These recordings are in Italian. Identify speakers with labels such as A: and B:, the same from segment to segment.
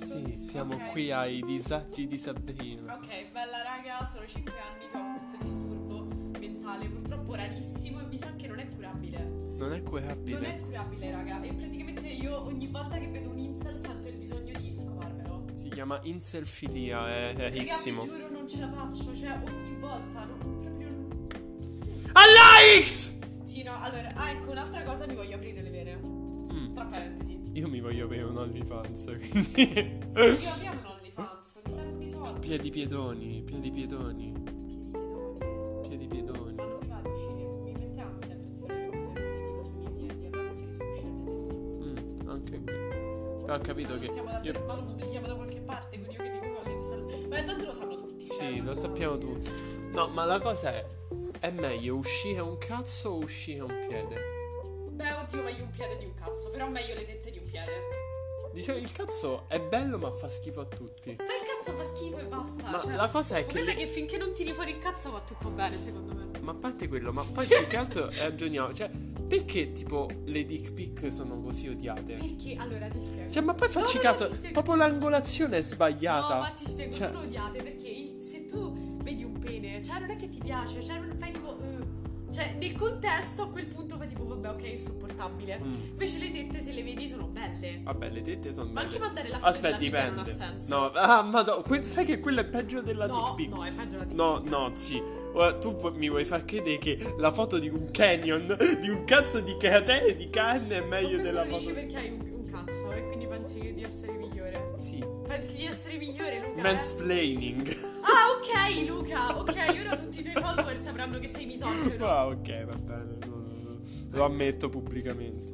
A: ehm,
B: siamo
A: Ok.
B: qui ai disagi di Sabrina.
A: Ok, bella raga, sono 5 anni che ho questo disturbo mentale, purtroppo rarissimo e mi sa che non è curabile.
B: Non è
A: Non è
B: curabile.
A: curabile, raga, e praticamente io ogni volta che vedo un incel sento il bisogno di scoparmelo.
B: Si chiama inselfilia, è
A: Raga, vi
B: rarissimo.
A: giuro non ce la faccio, cioè ogni volta non- proprio non-
B: Alex!
A: Sì, no, allora, ah, ecco, un'altra cosa mi voglio aprire le vere.
B: Mm,
A: Tra parentesi.
B: io mi voglio avere un OnlyFans, quindi...
A: Io abbiamo un OnlyFans, mi servono i soldi.
B: piedi piedoni, piedi piedoni,
A: Piedi pedoni.
B: piedi piedoni.
A: Ma non mi va di uscire, mi mette ansia il pensiero che posso essere finito sui miei piedi, allora preferisco uscirne sempre.
B: Mm, anche qui. Però ho capito che...
A: Stiamo da
B: io-
A: ma lo pubblichiamo da qualche parte, quindi io che dico con l'insal- Ma intanto lo sanno tutti. cioè,
B: Sì,
A: non
B: lo
A: so.
B: sappiamo tutti. No, ma la cosa è... È meglio uscire un cazzo o uscire un piede?
A: Beh, oddio, meglio un piede di un cazzo, però meglio le tette di un piede.
B: Dicevo, il cazzo è bello ma fa schifo a tutti.
A: Ma il cazzo fa schifo e basta.
B: Ma
A: cioè,
B: la cosa è
A: ma
B: che...
A: guarda che finché non tiri fuori il cazzo va tutto bene, secondo me.
B: Ma a parte quello, ma
A: Cioè
B: poi più che altro ragioniamo. Cioè, perché tipo le dick pic sono così odiate?
A: Perché? Allora ti spiego.
B: Cioè, ma poi
A: No,
B: facci
A: no, no,
B: caso,
A: ti spiego.
B: proprio l'angolazione è sbagliata.
A: No, ma ti spiego,
B: Cioè-
A: sono odiate perché il- se tu vedi un pene, cioè non è che ti piace, cioè non fai tipo... "Eh". Cioè nel contesto a quel punto fai tipo, vabbè, ok, è insopportabile.
B: Mm.
A: Invece le tette se le vedi sono belle.
B: Vabbè, le tette sono
A: Ma anche
B: belle. Ah,
A: mandare la foto
B: Aspetta,
A: della figa non ha
B: dipende.
A: senso.
B: No, ah, ma sai che quella è peggio della
A: no,
B: dick pic.
A: no, è peggio la dick
B: No,
A: pic.
B: no, sì. Ora, tu pu- mi vuoi far credere che la foto di un canyon, di un cazzo di cratere di carne è
A: Ma
B: meglio
A: questo
B: della
A: lo dici
B: foto.
A: perché hai un, un cazzo e quindi pensi che di essere migliore.
B: Sì,
A: Pensi di essere migliore, Luca? eh?
B: mansplaining.
A: Ah, ok, Luca. Ok, ora tutti i tuoi follower sapranno che sei misogino.
B: Ah, ok, va bene. no, no, no. Lo ammetto pubblicamente.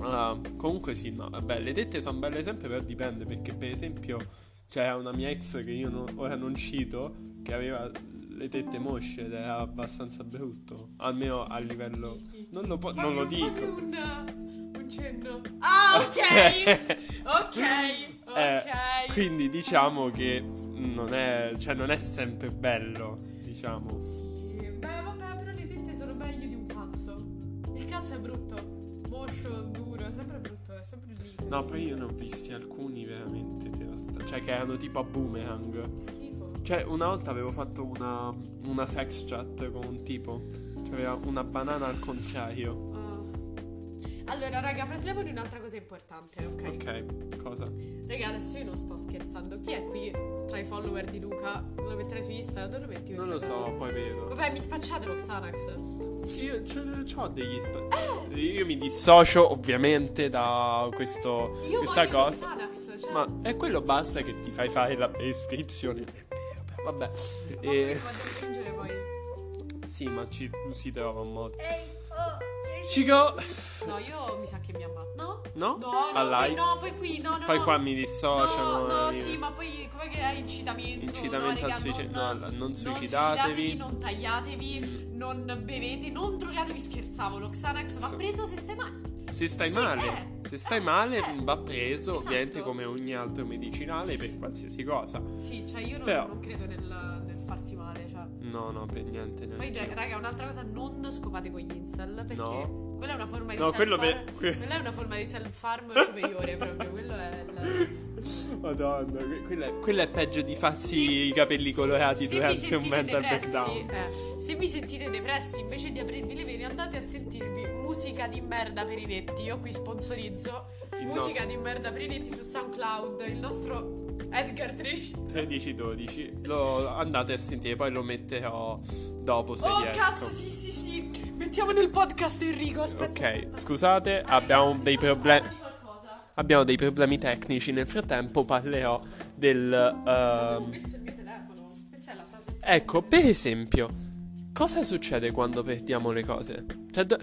B: Ah, comunque sì, no, vabbè, le tette sono belle sempre, però dipende, perché per esempio c'era una mia ex che io non- ora non cito, che aveva le tette mosce ed era abbastanza brutto, almeno a livello...
A: Chi?
B: Non lo, po-
A: Fammi
B: non lo
A: un- fammi
B: dico.
A: Un, un cenno. Ah, ok. ok. Ok.
B: Eh, Quindi diciamo che non è, cioè non è sempre bello, diciamo.
A: Sì. Beh, vabbè, però le tette sono meglio di un cazzo. Il cazzo è brutto. Moscio, duro, è sempre brutto, è sempre lì.
B: No, poi io ne ho visti alcuni veramente devastanti, cioè che erano tipo a boomerang.
A: Schifo.
B: Cioè, una volta avevo fatto una, una sex chat con un tipo, cioè aveva una banana al contrario.
A: Ah. Allora, raga, parliamo di un'altra cosa importante, ok?
B: Ok, cosa?
A: Raga, adesso io non sto scherzando. Chi è qui tra i follower di Luca? Lo metterai su Instagram? Dove lo metti
B: Non
A: questa
B: lo
A: cosa?
B: so, poi vedo.
A: Vabbè, mi spacciate lo Xanax.
B: Io ho degli
A: Ah!
B: sp- Io mi dissocio ovviamente da questo,
A: Io
B: questa
A: voglio lo
B: cosa.
A: Xanax, cioè...
B: Ma è quello basta che ti fai fare la prescrizione. Vabbè,
A: Ma
B: eh,
A: poi vado a piangere poi.
B: sì, ma ci, si trova un modo.
A: Ehi, oh,
B: Chico,
A: No, io mi sa che mi ammazzo. No? No,
B: no?
A: no,
B: Alla
A: poi,
B: Ice.
A: no, poi qui, no, no.
B: Poi
A: no.
B: qua mi
A: No,
B: dissociano.
A: no,
B: eh,
A: sì, ma poi com'è che è incitamento?
B: Incitamento
A: no,
B: al
A: raga,
B: suicidio. No,
A: Non,
B: alla- non
A: non
B: suicidatevi.
A: suicidatevi, non tagliatevi, non bevete, non drogatevi. Scherzavo, lo Xanax va
B: Sì.
A: preso se stai male.
B: Se stai
A: Sì,
B: male,
A: eh,
B: se stai
A: eh,
B: male
A: eh,
B: va preso
A: esatto.
B: ovviamente come ogni altro medicinale
A: Sì,
B: per
A: sì.
B: qualsiasi cosa.
A: Sì, cioè io non,
B: Però-
A: non credo nel, nel farsi male. Cioè.
B: No, no, per niente.
A: Poi,
B: neanch'io.
A: raga, un'altra cosa, non scopate con gli incel perché
B: No.
A: quella è una forma di
B: No, quello
A: self-harm.
B: per- que-
A: Quella è una forma di self-harm superiore proprio. Quello è. il-
B: Madonna, que- quella è, quella è peggio di farsi
A: Sì.
B: i capelli colorati
A: Se vi
B: durante
A: sentite
B: un mental
A: depressi,
B: breakdown.
A: eh, se vi sentite depressi, invece di aprirvi le vene, andate a sentirvi musica di merda per i netti. Io qui sponsorizzo
B: Il
A: musica
B: nostro-
A: di merda per i netti su SoundCloud. Il nostro Edgar 13.
B: 13-12 lo andate a sentire poi lo metterò dopo se
A: oh,
B: riesco
A: cazzo, sì, sì, sì. Mettiamo nel podcast Enrico. Aspetta.
B: ok scusate
A: Ah,
B: abbiamo
A: Enrico,
B: dei
A: devo
B: problemi
A: parlare di qualcosa.
B: abbiamo dei problemi tecnici nel frattempo parlerò del
A: Ho
B: ehm,
A: messo il mio telefono. Questa è la frase. più-
B: ecco per esempio cosa succede quando perdiamo le cose Cioè, do-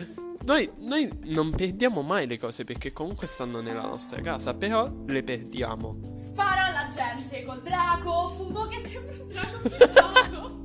B: noi, noi non perdiamo mai le cose perché comunque stanno nella nostra casa però le perdiamo
A: Sparo alla gente col drago, fumo che sembra un drago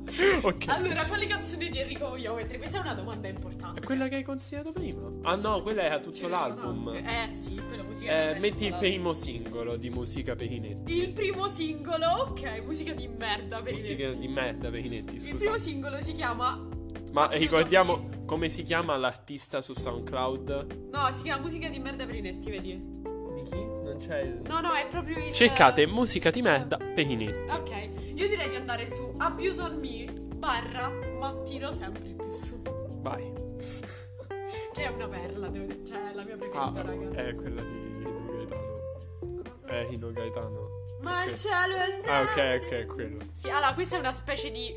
A: filato.
B: ok
A: Allora, quali canzoni di Enrico vogliamo mettere? Questa è una domanda importante.
B: è quella che hai consigliato prima ah no quella era tutto
A: Ce ne
B: l'album
A: sono tante. Eh sì, quella musica.
B: Eh,
A: non è
B: metti il
A: tutta l'album.
B: primo singolo di musica per i netti.
A: Il primo singolo, ok, musica di merda per i
B: Musica
A: netti.
B: di merda per i netti,
A: Il primo
B: scusa.
A: singolo si chiama.
B: Ma ricordiamo come si chiama l'artista su SoundCloud?
A: No, si chiama Musica di merda per i netti, vedi?
B: Di chi? Non
C: non c'è.
A: No, no, è proprio il.
B: Cercate musica di merda Peninetti.
A: Ok, io direi di andare su Abuse on Me barra mattino sempre il più su.
B: Vai.
A: Che è una perla, devo dire. Cioè, è la mia
B: Ah,
A: preferita, raga.
B: è quella di Ino Gaetano.
A: Cosa?
B: È Ino Gaetano.
A: Ma il
B: ok.
A: cielo è sempre.
B: Ah, ok, ok, è quello.
A: Sì, allora, questa è una specie di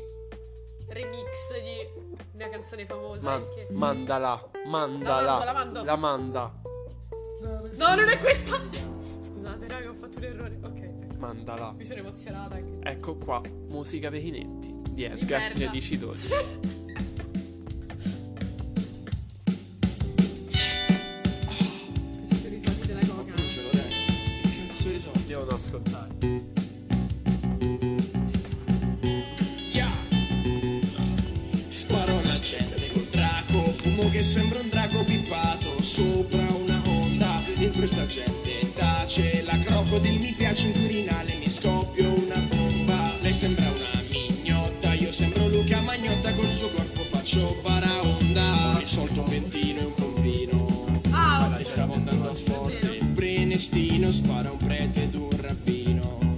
A: remix di una canzone famosa.
B: Man-
A: perché-
B: mandala, mandala.
A: La mando, la mando.
B: manda.
A: No, non è questa! Scusate, raga, ho fatto un errore. Ok, ecco,
B: Mandala.
A: mi sono emozionata anche.
B: Ecco qua, musica Peninetti di Edgar
A: merda.
B: 1312.
A: Questi sono i soldi della coca.
B: Ce l'ho detto. Che cazzo di soldi devono ascoltare?
D: Yeah. Sparo alla gente col draco, fumo che sembra un drago pippato sopra una Honda. Entro sta gente tace, la crocodile mi piace in Quirinale, mi scoppio una bomba. Lei sembra una mignotta, io sembro Luca Magnotta, col suo corpo faccio paraonda. Ho risolto un ventino e un comprino.
A: Ah,
D: Ma
A: ok.
D: ti stavo andando a forte. Un prenestino spara un prete ed un rabbino.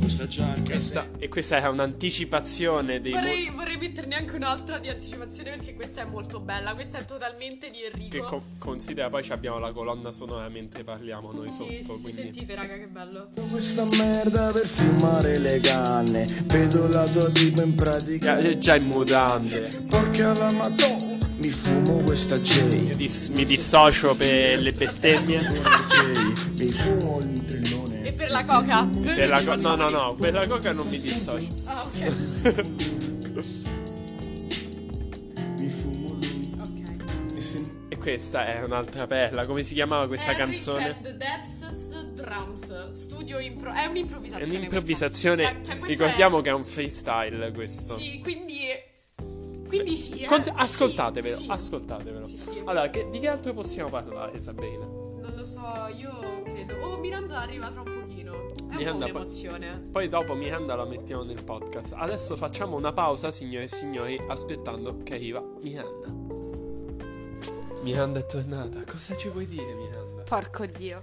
D: Questa giacca
B: Questa, e questa era un'anticipazione dei. mo-
A: Vorrei, vorrei metterne anche un'altra di anticipazione perché questa è molto bella. Questa è totalmente di Enrico.
B: che co- considera poi ci abbiamo la colonna sonora mentre parliamo noi sotto.
A: sì, sì, sì,
B: quindi
A: sentite, raga, che bello.
D: Questa merda per filmare le canne Vedo la tua tipa in pratica
B: Già- è già in mutande.
D: Porca la madonna Mi fumo questa J
B: Io dis- mi dissocio per le bestemmie.
D: J, Mi fumo il trillone
A: E per la coca? Noi non
B: Per la
A: ci
B: co- no,
A: facciamo
B: no,
A: di-
B: no, per la coca non mi dissocio.
A: Ah, ok.
D: Mi fumo lui
A: Ok.
D: E sen-
B: E questa è un'altra perla. Come si chiamava questa
A: Eric
B: canzone?
A: and That's Drums. Studio impro. È
B: È
A: un'improvvisazione.
B: un'improvvisazione.
A: questa. Cioè, questa
B: Ricordiamo che è un freestyle questo.
A: è- Sì, quindi. Quindi sì. eh.
B: Con- ascoltatevelo,
A: Sì, sì.
B: ascoltatevelo.
A: Sì, sì.
B: Allora, che- di che altro possiamo parlare, Sabrina?
A: Non lo so, io credo. Oh, Miranda arriva tra un pochino. È
B: Miranda
A: un
B: poi-
A: po' un'emozione.
B: Poi dopo Miranda la mettiamo nel podcast. Adesso facciamo una pausa, signore e signori, aspettando che arriva Miranda. Miranda è tornata. Cosa ci vuoi dire, Miranda?
E: Porco dio.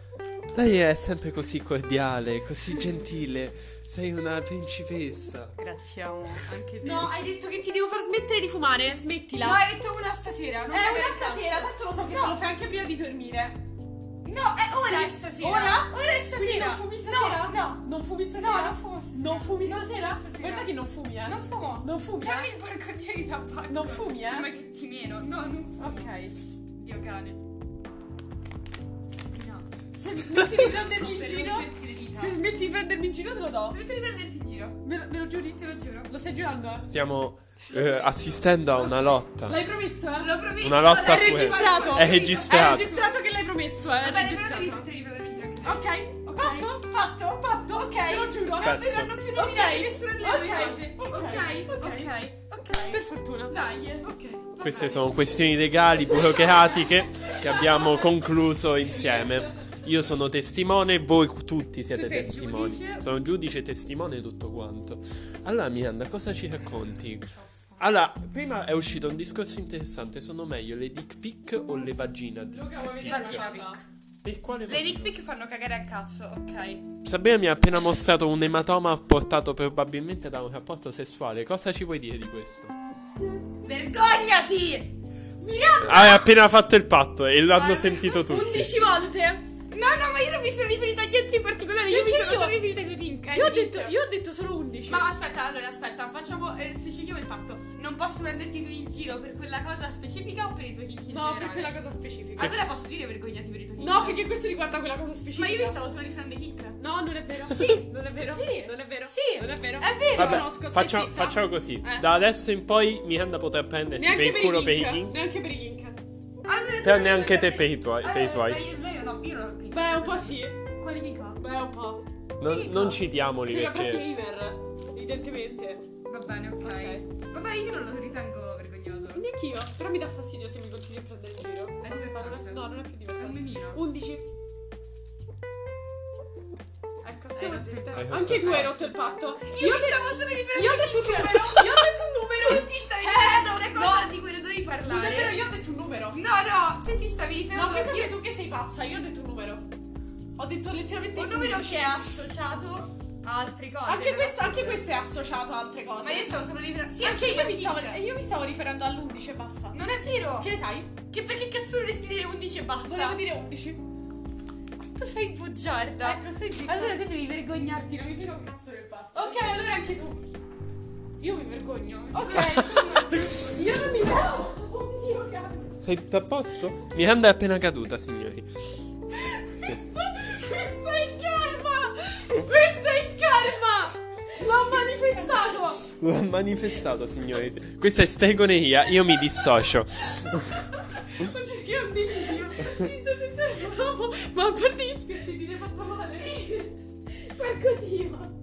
B: Lei è sempre così cordiale, così gentile. Sei una principessa.
E: Grazie amore. Anche te.
A: No, hai detto che ti devo far smettere di fumare. Smettila.
E: No, hai detto una stasera. Non
A: È
E: magari
A: una
E: tanto.
A: stasera, tanto lo so che lo fai anche prima di dormire.
E: No, è ora è Cioè, stasera.
A: Ora?
E: Ora è
A: Quindi
E: stasera.
A: non fumi stasera?
E: No, no.
A: Non fumi
E: No,
A: stasera?
E: non fumo.
A: Non fumi
E: Non
A: stasera?
E: fumo stasera.
A: Guarda che non fumi, eh.
E: Non fumo.
A: Non fumi,
E: Dammi
A: eh.
E: il porcottiere di tabacco.
A: Non fumi, eh. Ah.
E: Prima che ti meno. No, non fumo.
A: Ok.
E: Dio cane. No.
A: Se smetti di prendermi in
E: Per
A: giro...
E: non mettere dita.
A: Se smetti di prendermi in giro te lo do.
E: Smetti di prenderti in giro.
A: Me lo, me lo giuri?
E: Te lo giuro.
A: Lo stai giurando? eh?
B: Stiamo eh, assistendo a una lotta.
A: L'hai promesso, eh?
E: L'ho promesso.
B: Una lotta
E: l'hai
B: a fuoco.
E: registrato.
B: È
A: Hai
B: registrato.
A: registrato che l'hai promesso, eh?
E: Va
A: Hai
E: bene, però devi
A: registrato.
E: smettere di prendermi in giro anche te.
A: Ok.
E: Ok.
A: Fatto?
E: Fatto?
A: Fatto?
E: Ok.
A: Te lo giuro.
E: Non
B: Spezzo.
E: verranno più
A: Ok.
E: nominate nessuno delle
A: Ok.
E: mie cose.
A: Ok.
E: Ok.
A: Ok.
E: Ok. Ok.
A: Per fortuna.
E: Dai.
A: Ok.
B: Queste sono questioni legali, burocratiche, che abbiamo concluso insieme. Io sono testimone, voi tutti siete
E: Tu sei
B: testimoni.
E: giudice.
B: Sono giudice, testimone e tutto quanto. Allora, Miranda, cosa ci racconti? Allora, prima è uscito un discorso interessante. Sono meglio le dick pic o le vagina?
A: Luca, vuoi vedere
E: Vagina
A: una cosa?
B: Per quale
E: Le
B: motivo?
E: dick pic fanno cagare al cazzo, ok.
B: Sabrina mi ha appena mostrato un ematoma portato probabilmente da un rapporto sessuale. Cosa ci vuoi dire di questo?
E: Vergognati!
A: Miranda!
B: Hai appena fatto il patto e l'hanno
E: Guarda,
B: sentito tutti.
A: 11 volte.
E: No, no, ma io non mi sono riferita a niente in particolare, io mi
A: Perché
E: sono
A: io-
E: solo riferita ai miei pink. ai
A: Io ho
E: miei
A: detto,
E: pink.
A: io ho detto solo 11.
E: Eh, Ma aspetta, allora aspetta, facciamo eh, specifichiamo il patto. Non posso prenderti tu in giro per quella cosa specifica o per i tuoi kink
A: no,
E: in generale?
A: per quella cosa specifica.
E: Allora posso dire vergognati per i tuoi kink?
A: No, perché questo riguarda quella cosa specifica.
E: Ma io mi stavo solo riferendo ai kink.
A: No, non è vero. Sì, non è vero. Sì, non è vero. Sì, non è vero.
E: È vero.
B: Vabbè,
A: conosco, sei
B: facciamo,
A: zizza.
B: facciamo così.
A: Eh.
B: Da adesso in poi Miranda potrà prenderti per
A: Neanche
B: il
A: per,
B: culo
A: i
B: per i
A: kink.
B: kink.
A: Neanche per i kink.
E: Allora,
B: Però neanche te per i tuoi- per i suoi.
E: Allora, dai, io- io non ho, io non ho kink.
A: Beh, un po' sì.
E: Quali kink ho?
A: Beh, un po'.
B: Non,
E: Dico.
B: non citiamoli
A: Sei una black
B: perché.
A: gamer, evidentemente.
E: Va bene, ok.
A: Ok.
E: Vabbè, io non lo ritengo vergognoso.
A: Neanch'io. Però mi dà fastidio se mi continui a prendere in giro.
E: È
A: Basta, non è-
E: divertente.
A: no, non è più
E: È un
A: divertente.
E: menino.
A: 11. Ecco, siamo
E: rotto il
A: zitte.
E: patto.
A: Anche tu hai rotto il patto.
E: Io, mi stavo solo riprendendo.
A: Io ho detto un numero. Io ho detto un numero.
E: Tu ti stavi riferendo a una cosa di cui non dovevi
A: Eh, Non è vero,
E: parlare.
A: io ho detto un numero.
E: No, no, tu ti stavi riferendo
A: No,
E: a
A: questa sei tu che sei pazza, io ho detto un numero. Ho detto letteralmente
E: Un numero
A: undici.
E: che è associato a altre cose.
A: Anche
E: però.
A: questo, anche questo è associato a altre cose.
E: Ma io stavo solo riferendo. Sì,
A: anche
E: anch'io,
A: io mi, stavo,
E: Pink.
A: e io mi stavo riferendo all'11 e basta.
E: Non è vero!
A: Che ne sai?
E: Che perché cazzo dovresti dire 11 e basta?
A: Volevo dire 11.
E: Tu sei bugiarda.
A: Ecco, stai zitto.
E: Allora te devi vergognarti, non mi frega un cazzo del fatto.
A: Ok, allora anche tu.
E: Io mi vergogno.
A: Oh. Ok. io non mi vedo. Oddio, cazzo.
B: Sei tutto a posto? Miranda è appena caduta, signori.
A: Questo, questo è il karma. Questo è il karma. L'ho manifestato.
B: Lo ha manifestato, signori. Questa è stegoneia, io mi dissocio.
A: Oddio, che ordigno. Mi sto sentendo. Ma a parte gli scherzi, ti sei fatto male? Sì. Porco Dio.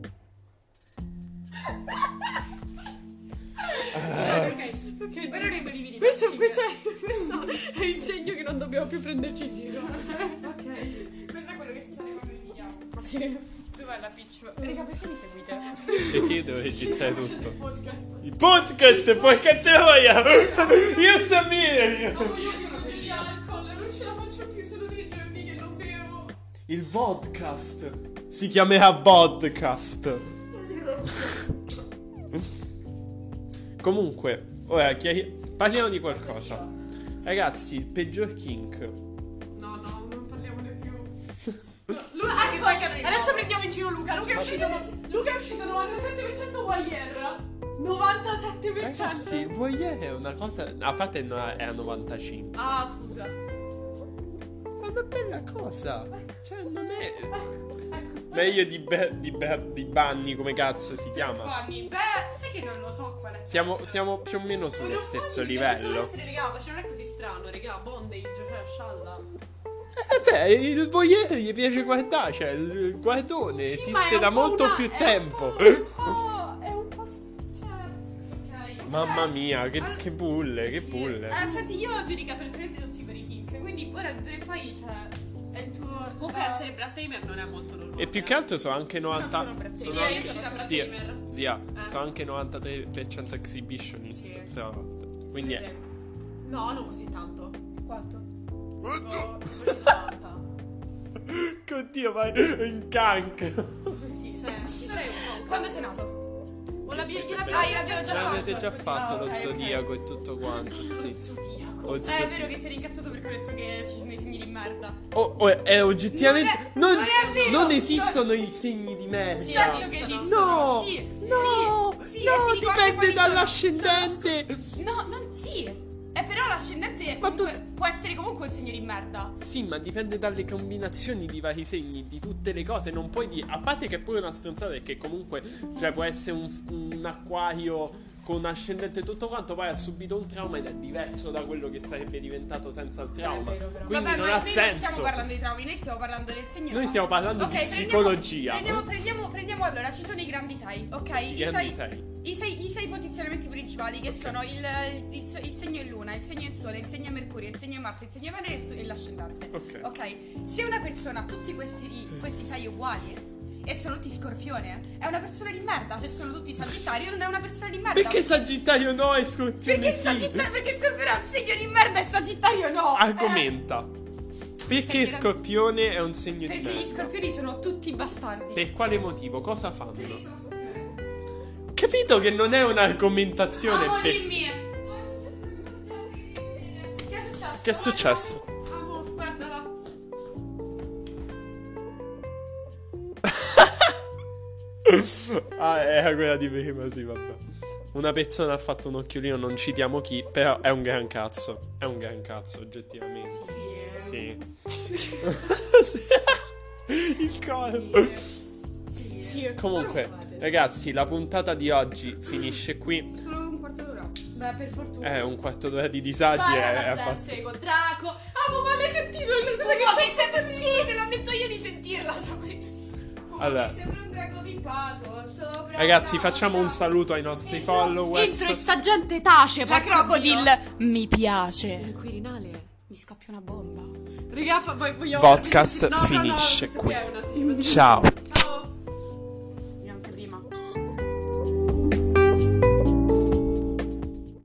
E: ok.
A: Ok,
E: Ora nei brividi.
A: Questo,
E: Pink.
A: questo è, questo è il segno che non dobbiamo più prenderci in giro.
E: Questo è quello che succede quando litighiamo.
A: Sì.
E: Dove va la piccio? Raga, perché mi seguite?
B: Perché devo registrare tutto?
E: Podcast.
B: Il podcast, porca troia! Io sto bene!
A: Io che sono degli alcol, non ce la faccio più, sono tre giorni che non bevo.
B: Il podcast si chiamerà podcast. Comunque, ora chiari- parliamo di qualcosa. Ragazzi, il peggior kink.
A: No, no, non parliamone più.
E: Luca, Ah, che poi cade
A: Adesso prendiamo in giro Luca. Luca è uscito, Luca è uscito 97% voyeur. 97%.
B: Ragazzi, il voyeur è una cosa. A parte no, è a 95.
A: Ah, scusa.
B: È una bella cosa. Cioè, non è.
E: Ecco.
B: Meglio di, Be- di, Be- di Banni, come cazzo si chiama?
E: Giovanni, beh, sai che non lo so qual è.
B: Siamo, siamo più o meno sullo
A: Non
B: stesso
A: voglio- piace solo
B: livello.
A: essere legata, cioè non è così strano, regà, bondage, cioè scialla.
B: Eh beh, il voyeur gli piace guardare, cioè il guardone
A: Sì, ma è
B: esiste
A: un
B: da
A: po'
B: molto
A: una-
B: più
A: è un
B: tempo.
A: po'- È un po'. È un po'. s- Cioè. Ok.
B: Mamma mia, che,
E: Allora-
B: che bulle, che
E: Sì.
B: bulle.
E: Eh, senti, io ho giudicato il cliente tutti per i kink, quindi ora d'ora in poi cioè, è il tuo...
A: Comunque essere Brad Tamer non è molto normale.
B: E più che altro sono anche
E: sono
B: 90.
E: per te.
A: Sì,
B: anche-
A: io sono da Brad
B: zia,
A: Tamer.
B: zia, sono anche 93% exhibitionist,
E: Eh. Sì.
B: tra l'altro. Quindi è.
A: No, non così tanto.
E: Quanto?
A: Tipo, così tanta.
B: Oddio, vai in cancro.
A: Sì, sei, ci sei un
E: Quando sei nato?
A: po'. O la via- gliel'abbiamo-
E: Ah, io l'abbiamo già fatto.
B: L'avete già fatto
E: Ah,
B: lo
E: ok, ok.
B: zodiaco e tutto quanto, sì.
A: Zodiaco.
B: O
E: Eh,
B: zo-
E: è vero che ti ero incazzato perché ho detto che ci sono i segni di merda.
B: Oh, oh, è oggettivamente.
E: Non
B: Non,
E: è- non è vero.
B: non esistono i segni di merda.
E: Certo che esistono.
B: Esatto. No,
E: Sì,
B: no,
E: sì, sì,
B: no,
E: e ti ricordo
B: dipende
E: quali Esatto.
B: dall'ascendente.
E: sono. No, non sì. E però l'ascendente
B: Ma tu-
E: comunque- può essere comunque un segno di merda.
B: Sì, ma dipende dalle combinazioni di vari segni, di tutte le cose. Non puoi dire. A parte che è pure una stronzata, perché comunque, cioè, può essere un, un acquario con ascendente e tutto quanto, poi ha subito un trauma ed è diverso da quello che sarebbe diventato senza il trauma.
A: vero, però.
B: Quindi
E: Vabbè,
B: non
E: ma
B: ha
E: noi non
B: senso.
E: stiamo parlando di traumi, noi stiamo parlando del segno.
B: Noi stiamo parlando
E: Ok,
B: di
E: prendiamo-
B: psicologia.
E: Prendiamo, prendiamo, prendiamo allora, ci sono i grandi sai, ok?
B: grandi
E: I, sei,
B: sei.
E: I, sei, i sei posizionamenti principali che sono il, il- il so- il segno e luna, il segno e il sole, il segno e mercurio, il segno e Marte, il segno e Venere e il so- e l'ascendente.
B: Ok.
E: Se una persona ha tutti questi, questi sai uguali e sono tutti scorpione, è una persona di merda. Se sono tutti sagittario, non è una persona di merda.
B: Perché Sagittario no e Scorpione
E: Perché
B: sì?
E: Sagittario, perché Scorpione è un segno di merda e Sagittario no. Eh.
B: Argomenta. Perché
E: Stai chiedendo-
B: Scorpione è un segno di
E: Eh. Perché
B: merda?
E: gli scorpioni sono tutti bastardi.
B: Per quale motivo? Cosa fanno? Capito che non è un'argomentazione.
E: Amo,
B: per-
E: dimmi. Che è successo?
B: Che è successo?
A: Amo, guardala.
B: Ah, era quella di prima, sì, vabbè. Una persona ha fatto un occhiolino, non citiamo chi, però è un gran cazzo. È un gran cazzo, oggettivamente.
E: eh,
B: Sì. Il corpo.
A: Sì.
B: Comunque,
A: eh.
B: ragazzi, la puntata di oggi finisce qui.
E: Sono un quarto d'ora.
B: Eh,
A: Beh, per fortuna.
B: È un quarto d'ora di disagi.
A: Parla
B: È, è
A: la
E: cioè,
A: gente,
B: abbastanza.
A: seguo Draco. Amo, ma l'hai sentito? La cosa che
E: Fumo,
A: c'è
E: mi sembra- Sì, te l'ho detto io di sentirla, sapere. Fumo,
B: Allora.
E: Mi sembra un drago pippato sopra.
B: Ragazzi,
E: una
B: facciamo un
E: onda.
B: saluto ai nostri
E: Entro-
A: Entro e
B: followers.
A: sta gente tace,
E: La
A: porco Dio.
E: crocodile mi piace.
A: Il Quirinale.
E: Mi scoppia una bomba.
A: Raga, fa- poi vogliamo...
B: Podcast
A: No, no, no,
B: finisce
A: sì,
B: qui.
A: è un attimo.
B: Ciao.